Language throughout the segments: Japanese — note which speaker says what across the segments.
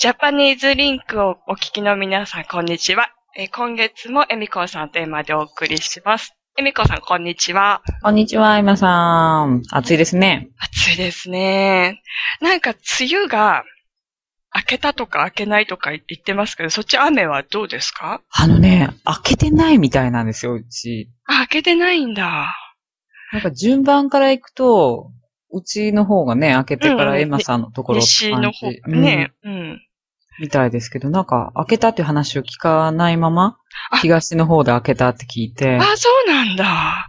Speaker 1: ジャパニーズリンクをお聞きの皆さん、こんにちは。えー今月もエミコさんとテーマでお送りします。エミコさん、こんにちは。
Speaker 2: こんにちは、今さん。暑いですね。
Speaker 1: 暑いですね。なんか、梅雨が明けたとか明けないとか言ってますけど、そっち雨はどうですか
Speaker 2: あのね、開けてないみたいなんですよ、うち。
Speaker 1: あ、明けてないんだ。
Speaker 2: なんか順番から行くと、うちの方がね、開けてか
Speaker 1: うん
Speaker 2: らエマさんのところって
Speaker 1: 西
Speaker 2: 感
Speaker 1: の
Speaker 2: じ、
Speaker 1: 方ね。うん。
Speaker 2: うんみたいですけど、なんか開けたっていう話を聞かないまま
Speaker 1: あ、
Speaker 2: 東の方で開けたって聞いて、
Speaker 1: あ、そうなんだ。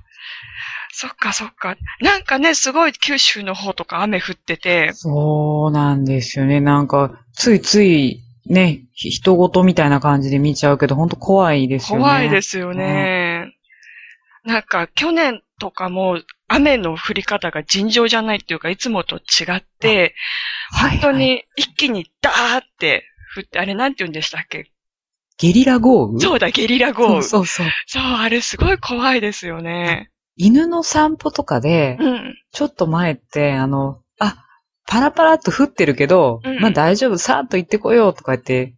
Speaker 1: そっかそっか。なんかね、すごい九州の方とか雨降ってて、
Speaker 2: そうなんですよね。なんか、ついつい、ね、ひ人事みたいな感じで見ちゃうけど、ほんと怖いですよね。
Speaker 1: 怖いですよね。なんか去年とかも雨の降り方が尋常じゃないっていうか、いつもと違って、
Speaker 2: はいはい。
Speaker 1: 本当に一気にダーって降って、あれなんて言うんでしたっけ
Speaker 2: ゲリラ豪雨
Speaker 1: そうだ、ゲリラ豪雨。そう
Speaker 2: そうそうそう。
Speaker 1: あれすごい怖いですよね。
Speaker 2: 犬の散歩とかで、
Speaker 1: うん。
Speaker 2: ちょっと前って、あの、あ、パラパラっと降ってるけど、
Speaker 1: うん
Speaker 2: まあ大丈夫、さーっと行ってこようとか言って、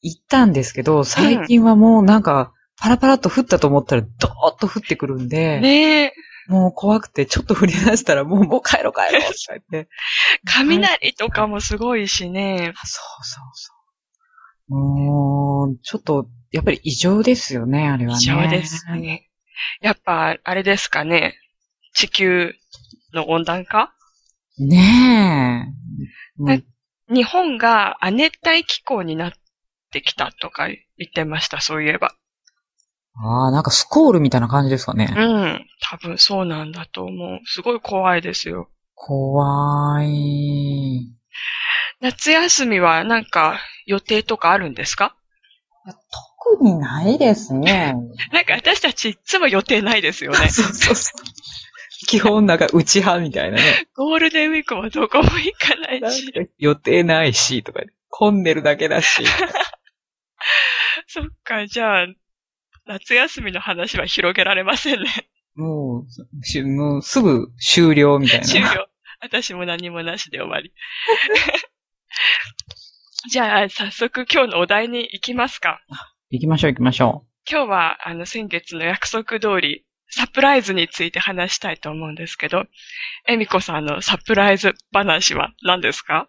Speaker 2: 行ったんですけど、最近はもうなんか、パラパラっと降ったと思ったら、ドーッと降ってくるんで、
Speaker 1: ねえ、
Speaker 2: もう怖くて、ちょっと降り出したら、もう、もう帰ろう帰ろうとか言って。
Speaker 1: 雷とかもすごいしね。
Speaker 2: あそうそうそう。もう、ちょっと、やっぱり異常ですよね、あれはね。
Speaker 1: 異常ですね。やっぱ、あれですかね。地球の温暖化
Speaker 2: ねえ。もう
Speaker 1: え日本が亜熱帯気候になってきたとか言ってました、そういえば。
Speaker 2: ああ、なんかスコールみたいな感じですかね。
Speaker 1: うん。多分そうなんだと思う。すごい怖いですよ。
Speaker 2: 怖い。
Speaker 1: 夏休みはなんか予定とかあるんですか
Speaker 2: 特にないですね。。
Speaker 1: なんか私たちいつも予定ないです よね
Speaker 2: そうそうそう。基本なんか内派みたいな ね。
Speaker 1: ゴールデンウィークもどこも行かな
Speaker 2: ないんか
Speaker 1: し。
Speaker 2: 予定ないし、とか、混んでるだけだし。
Speaker 1: そっか、じゃあ、夏休みの話は広げられませんね。
Speaker 2: もう、しもうすぐ終了みたい
Speaker 1: 終
Speaker 2: な。
Speaker 1: 了。私も何もなしで終わり。 じゃあ、早速今日のお題に行きますか。
Speaker 2: 行きましょう行きましょ
Speaker 1: 今日は、あの、先月の約束通り、サプライズについて話したいと思うんですけど、えみこさんのサプライズ話は何ですか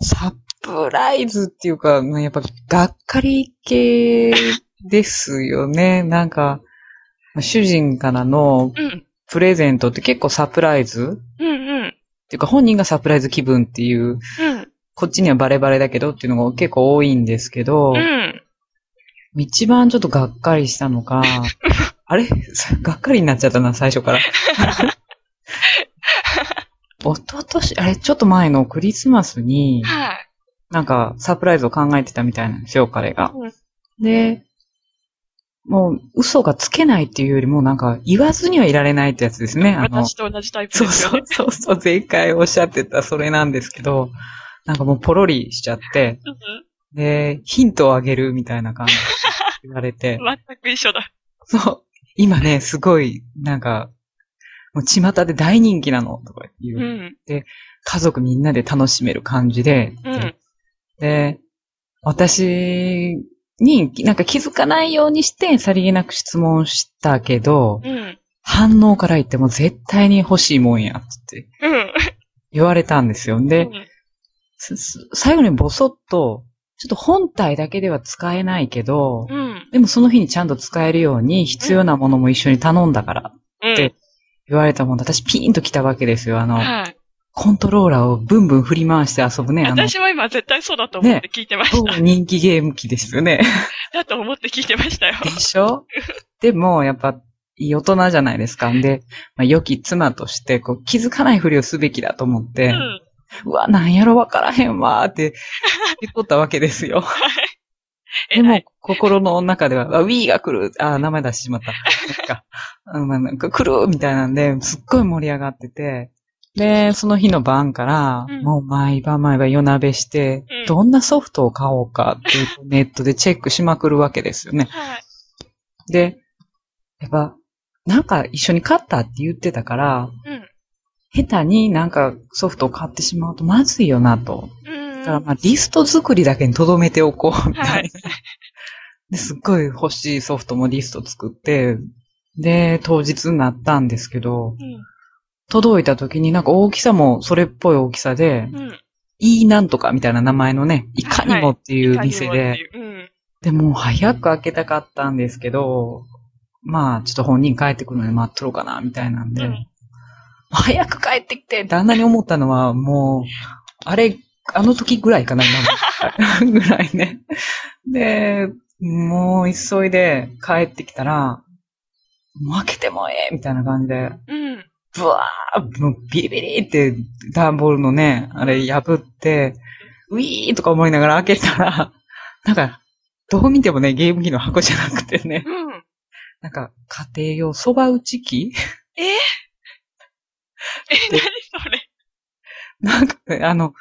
Speaker 2: う。サプライズっていうか、やっぱ、がっかり系ですよね。なんか、主人からの
Speaker 1: うん。
Speaker 2: プレゼントって結構サプライズ
Speaker 1: うんうん。
Speaker 2: っていうか、本人がサプライズ気分っていう
Speaker 1: うん。
Speaker 2: こっちにはバレバレだけどっていうのが結構多いんですけど、
Speaker 1: うん。
Speaker 2: 一番ちょっとがっかりしたのが、あれ さがっかりになっちゃったな、最初 から。おととし、あれ、ちょっと前のクリスマスに、
Speaker 1: はい。
Speaker 2: なんかサプライズを考えてたみたいなんですよ、彼が。
Speaker 1: うん
Speaker 2: で、もう嘘がつけないっていうよりも、なんか言わずにはいられないってやつですね。あの
Speaker 1: 私と同じタイプ
Speaker 2: そ
Speaker 1: で
Speaker 2: う
Speaker 1: すよ
Speaker 2: そ
Speaker 1: ね
Speaker 2: う。そうそう、前回おっしゃってたそれなんですけど、なんかもうポロリしちゃって、で、ヒントをあげるみたいな感 じで言われて
Speaker 1: う、ん 全く一緒だ。
Speaker 2: そう、今ね、すごい、なんか、もう巷で大人気なの、とかいう、
Speaker 1: うん。
Speaker 2: 家族みんなで楽しめる感じで、
Speaker 1: うん。
Speaker 2: で、私に、なんか気づかないようにして、さりげなく質問したけど、
Speaker 1: うん。
Speaker 2: 反応から言ってもう絶対に欲しいもんや、って
Speaker 1: うん。
Speaker 2: 言われたんですよ。
Speaker 1: う
Speaker 2: で、
Speaker 1: ん
Speaker 2: すす最後にボソッと、ちょっと本体だけでは使えないけど、
Speaker 1: うん。
Speaker 2: でもその日にちゃんと使えるように必要なものも一緒に頼んだから
Speaker 1: うん
Speaker 2: で。言われたもんで、私ピーンと来たわけですよ。あの、
Speaker 1: はい。
Speaker 2: コントローラーをブンブン振り回して遊ぶね、あの、
Speaker 1: 私も今絶対そうだと思って聞いてました。
Speaker 2: 超人気ゲーム機ですよね。
Speaker 1: だと思って聞いてましたよ。
Speaker 2: でしょでも、やっぱ、いい大人じゃないですか。んで、まあ、良き妻として、こう、気づかないふりをすべきだと思っ
Speaker 1: う
Speaker 2: て、
Speaker 1: ん。
Speaker 2: うわ、なんやろわからへんわーって言っとったわけですよ。で
Speaker 1: えら
Speaker 2: も
Speaker 1: い。、
Speaker 2: 心の中では、あウィーが来る、あー、名前出してしまった。そっか。 うんまあなんか来るみたいなんで、すっごい盛り上がってて。で、その日の晩から、
Speaker 1: うん
Speaker 2: もう毎晩毎晩夜なべして、
Speaker 1: うん
Speaker 2: どんなソフトを買おうかっていうネットでチェックしまくるわけですよね。
Speaker 1: はい。
Speaker 2: で、やっぱ、なんか一緒に買ったって言ってたから、
Speaker 1: うん
Speaker 2: 下手になんかソフトを買ってしまうとまずいよなと。
Speaker 1: うん
Speaker 2: だからまあリスト作りだけに留めておこう、みたいな。
Speaker 1: はい
Speaker 2: ですっごい欲しいソフトもリスト作って、で、当日になったんですけど、届いた時になんか大きさもそれっぽい大きさで、
Speaker 1: うん。うん。
Speaker 2: いいなんとかみたいな名前のね、いかにもっていう店
Speaker 1: いかにもっ
Speaker 2: で
Speaker 1: て、いう
Speaker 2: でも早く開けたかったんですけど、まあちょっと本人帰ってくるので待っとろうかな、みたいなんで、
Speaker 1: うん
Speaker 2: 早く帰ってきてってあんなに思ったのはもう、あれ、あの時ぐらいかな、今の ぐらいね。で、もう急いで帰ってきたら、もう開けてもええみたいな感じで、
Speaker 1: うん。うん。
Speaker 2: ブワーもうビリビリって段ボールのね、あれ破って、ウィーとか思いながら開けたら、なんか、どう見てもね、ゲーム機の箱じゃなくてね、
Speaker 1: うん。
Speaker 2: なんか、家庭用蕎麦打ち機
Speaker 1: えー、え、何それ
Speaker 2: なんか、あの、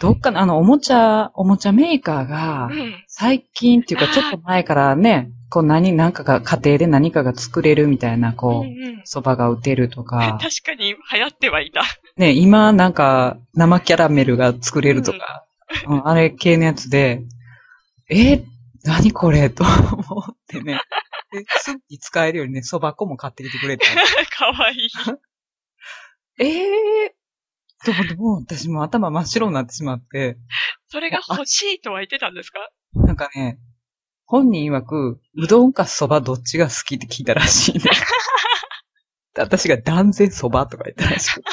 Speaker 2: どっかの、あの、おもちゃ、おもちゃメーカーが、
Speaker 1: うん。
Speaker 2: 最近っていうか、ちょっと前からね、こう何、なんかが、家庭で何かが作れるみたいな、
Speaker 1: うん
Speaker 2: こう、
Speaker 1: うん。
Speaker 2: 蕎麦が打てるとか
Speaker 1: 確、かに流行ってはいた。
Speaker 2: ね、今なんか生キャラメルが作れるとか、うんあれ系のやつで、え、何これ と思ってね。ですぐに使えるようにね、蕎麦粉も買ってきてくれて。
Speaker 1: かわいい。
Speaker 2: ええー、と思って、もう私もう頭真っ白になってしまって、
Speaker 1: それが欲しいとは言ってたんですか
Speaker 2: なんかね、本人曰く、うどんか蕎麦どっちが好きって聞いたらしいね。で私が断然蕎麦とか言ったらしくて。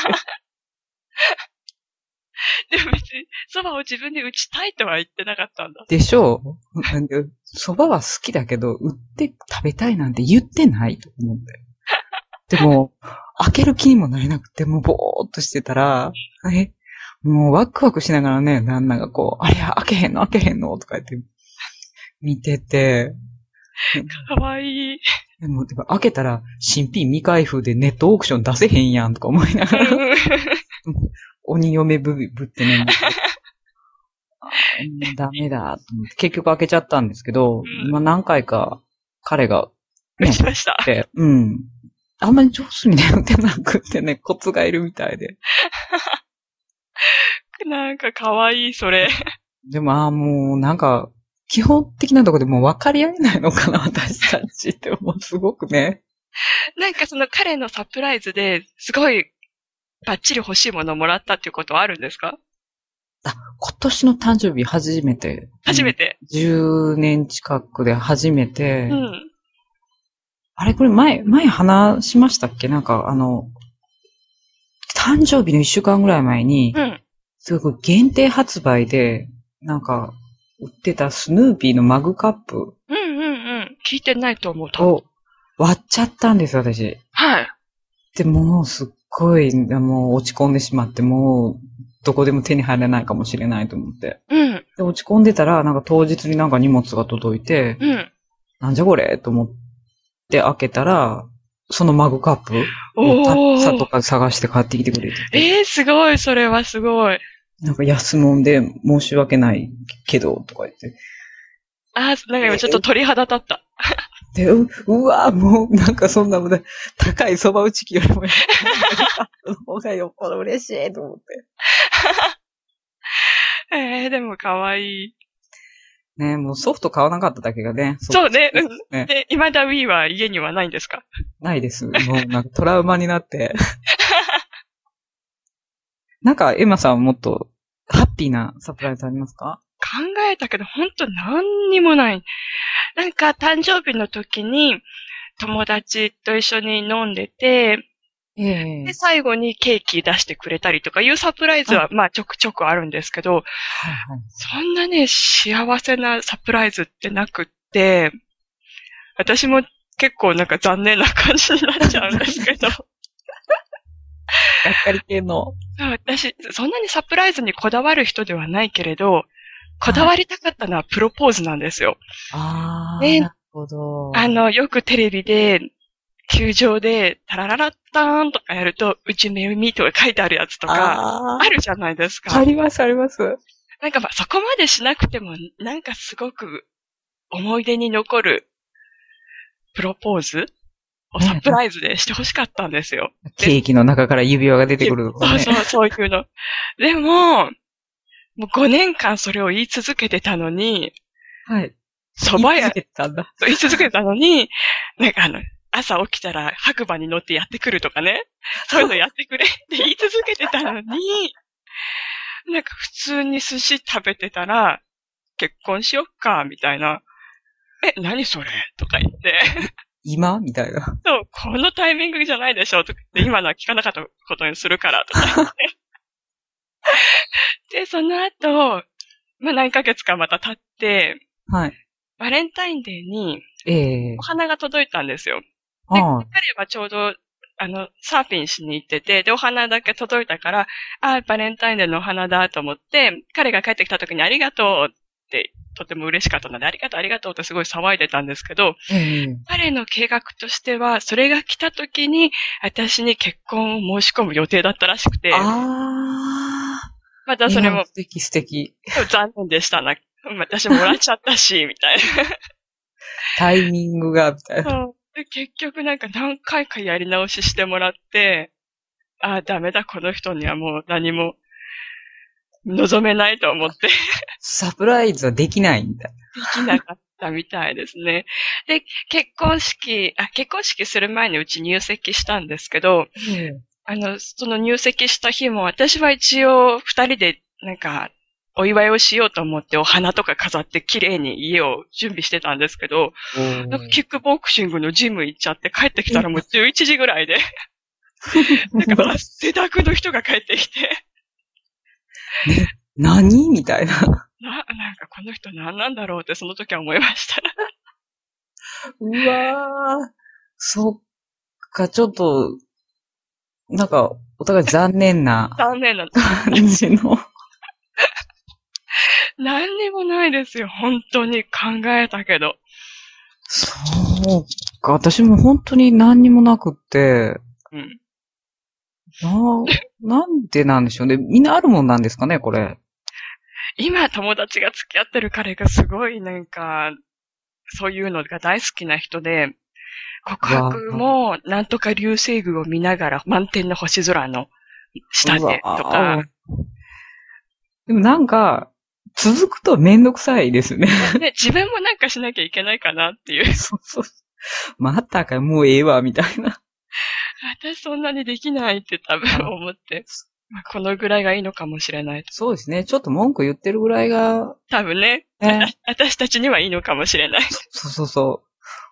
Speaker 1: でも別に、そばを自分で打ちたいとは言ってなかったんだ。
Speaker 2: でしょうなんで蕎麦は好きだけど、売って食べたいなんて言ってないと思うんだよ。でも、開ける気にもなれなくて、もうぼーっとしてたら、え、もうワクワクしながらね、旦那がこう、あれ開けへんの開けへんのとか言って、見てて、
Speaker 1: かわい い。
Speaker 2: でも、でも開けたら、新品未開封でネットオークション出せへんやんとか思いながら、鬼嫁ぶぶってね、 あーダメだと思って、結局開けちゃったんですけど、
Speaker 1: うん
Speaker 2: まあ何回か彼が
Speaker 1: 打ちました
Speaker 2: 来。て、うん。あんまり上手にね、打てなくってね、コツがいるみたいで。
Speaker 1: なんかかわいい、それ。
Speaker 2: でも、ああ、もう、なんか、基本的なとこでもう分かり合えないのかな、私たちって、もうすごくね。
Speaker 1: なんかその彼のサプライズですごいバッチリ欲しいものをもらったっていうことはあるんですか
Speaker 2: 今年の誕生日初めて。
Speaker 1: 初めて。
Speaker 2: 10年近くで初めて、
Speaker 1: うん。
Speaker 2: あれこれ前、前話しましたっけなんかあの、誕生日の一週間ぐらい前に
Speaker 1: う、ん。
Speaker 2: すごい限定発売で、なんか、売ってたスヌーピーのマグカップ
Speaker 1: うんうんうん。聞いてないと思う。多分
Speaker 2: を割っちゃったんですよ、私。
Speaker 1: はい。
Speaker 2: で、もうすっごい、もう落ち込んでしまって、もう、どこでも手に入らないかもしれないと思って。
Speaker 1: うん。
Speaker 2: で、落ち込んでたら、なんか当日になんか荷物が届いて、
Speaker 1: うん。
Speaker 2: なんじゃこれと思って開けたら、そのマグカップを
Speaker 1: お
Speaker 2: たさと
Speaker 1: ー。
Speaker 2: か探して買ってきてくれてて、
Speaker 1: えー、すごい、それはすごい。
Speaker 2: なんか安物で申し訳ないけど、とか言って。
Speaker 1: あー、なんか今ちょっと鳥肌立った。
Speaker 2: で、う、うわもうなんかそんなもんね高い蕎麦打ち機よりも、の方がよっぽど嬉しいと思って。
Speaker 1: えー、でもかわいい。
Speaker 2: ねもうソフト買わなかっただけがね、そ
Speaker 1: そうね。うん。
Speaker 2: ね
Speaker 1: で、未だ Wii は家にはないんですか
Speaker 2: ないです。もうなんかトラウマになって。 なんか、エマさんはもっと、ハッピーなサプライズありますか
Speaker 1: 考えたけど、ほんと何にもない。なんか、誕生日の時に、友達と一緒に飲んでて、
Speaker 2: ええ
Speaker 1: で、最後にケーキ出してくれたりとかいうサプライズは、まあ、ちょくちょくあるんですけど、
Speaker 2: はいはい。
Speaker 1: そんなね、幸せなサプライズってなくって、私も結構なんか残念な感じになっちゃうんですけど、
Speaker 2: がっかり系の。
Speaker 1: 私、そんなにサプライズにこだわる人ではないけれど、こだわりたかったのはプロポーズなんですよ。
Speaker 2: あ
Speaker 1: ーね
Speaker 2: なるほど
Speaker 1: あ、の、よくテレビで、球場で、タラララッターンとかやると、うちめうみとか書いてあるやつとか、
Speaker 2: あ
Speaker 1: あるじゃないですか。
Speaker 2: あります、あります。
Speaker 1: なんかまあ、そこまでしなくても、なんかすごく思い出に残るプロポーズを
Speaker 2: ね
Speaker 1: サプライズでしてほしかったんですよ。
Speaker 2: ケーキの中から指輪が出てくると
Speaker 1: そ
Speaker 2: か
Speaker 1: う
Speaker 2: ね
Speaker 1: そ。う、そういうの。でも、もう5年間それを言い続けてたのに、
Speaker 2: はい。
Speaker 1: 蕎麦屋
Speaker 2: 言い続けてたんだ。
Speaker 1: 言い続けてたのに、なんかあの、朝起きたら白馬に乗ってやってくるとかね。そういうのやってくれって言い続けてたのに、なんか普通に寿司食べてたら、結婚しよっか、みたいな。え、何それとか言って。
Speaker 2: 今みたいな。
Speaker 1: そう、このタイミングじゃないでしょとか言って、今のは聞かなかったことにするから、とか言って。で、その後、まあ何ヶ月かまた経って、
Speaker 2: はい。
Speaker 1: バレンタインデーに
Speaker 2: ええ
Speaker 1: お花が届いたんですよ。
Speaker 2: ああ、
Speaker 1: 彼はちょうど、あの、サーフィンしに行ってて、で、お花だけ届いたから、ああ、バレンタインデーのお花だと思って、彼が帰ってきた時にありがとうって、とても嬉しかったので、ありがとう、ありがとうってすごい騒いでたんですけど、
Speaker 2: ええ
Speaker 1: 彼の計画としては、それが来た時に、私に結婚を申し込む予定だったらしくて、
Speaker 2: ああ。
Speaker 1: またそれ
Speaker 2: いや
Speaker 1: も
Speaker 2: 素敵素敵。
Speaker 1: 残念でしたな。私もらっちゃったし、みたい
Speaker 2: タイミングが、みた
Speaker 1: な。
Speaker 2: いな。
Speaker 1: そうで結局なんか何回かやり直ししてもらって、ああ、ダメだ、この人にはもう何も望めないと思って、で
Speaker 2: サプライズはできないみたい
Speaker 1: きなかったみたいですね。で、結婚式、あ、結婚式する前にうち入籍したんですけど、
Speaker 2: な。
Speaker 1: あの、その入籍した日も、私は一応二人で、なんか、お祝いをしようと思って、お花とか飾って綺麗に家を準備してたんですけど、
Speaker 2: おー
Speaker 1: なんかキックボクシングのジム行っちゃって帰ってきたらもう11時ぐらいで、なんか汗だくの人が帰ってきて、
Speaker 2: 何みたいな。
Speaker 1: な、なんかこの人何なんだろうってその時は思いました。
Speaker 2: うわー。そっか、ちょっと、なんか、お互い残念な
Speaker 1: 残念な。
Speaker 2: 感じの。
Speaker 1: 何にもないですよ、本当に考えたけど。
Speaker 2: そうか、私も本当に何にもなくって、
Speaker 1: うん。
Speaker 2: な、なんでなんでしょうね。みんなあるもんなんですかね、これ。
Speaker 1: 今友達が付き合ってる彼がすごいなんか、そういうのが大好きな人で、告白もなんとか流星群を見ながら満天の星空の下で
Speaker 2: うわ
Speaker 1: とか、
Speaker 2: でもなんか、続くとめんどくさいですね。
Speaker 1: ね、自分もなんかしなきゃいけないかなっていう。
Speaker 2: そうそう。またか、もうええわ、みたいな。
Speaker 1: 私そんなにできないって多分思って。まあ、このぐらいがいいのかもしれない。
Speaker 2: そうですね。ちょっと文句言ってるぐらいが、
Speaker 1: 多分ね、
Speaker 2: ね。
Speaker 1: 私たちにはいいのかもしれない。
Speaker 2: そうそうそ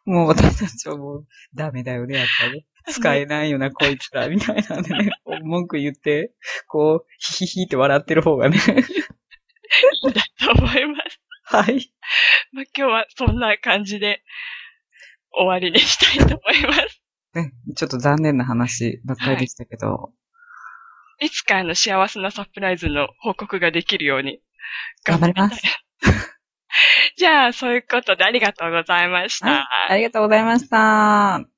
Speaker 2: う。もう私たちはもう、ダメだよね、やっぱり。使えないよな、こいつら、みたいなんでね。こう文句言って、こう、ヒヒヒって笑ってる方がね。
Speaker 1: いいんだと思います。
Speaker 2: はい。
Speaker 1: まあ、今日はそんな感じで終わりにしたいと思います。
Speaker 2: ね、ちょっと残念な話ばっかりでしたけど。
Speaker 1: いつかあの幸せなサプライズの報告ができるように。
Speaker 2: 頑張ります。
Speaker 1: じゃあ、そういうことでありがとうございました。
Speaker 2: はいありがとうございました。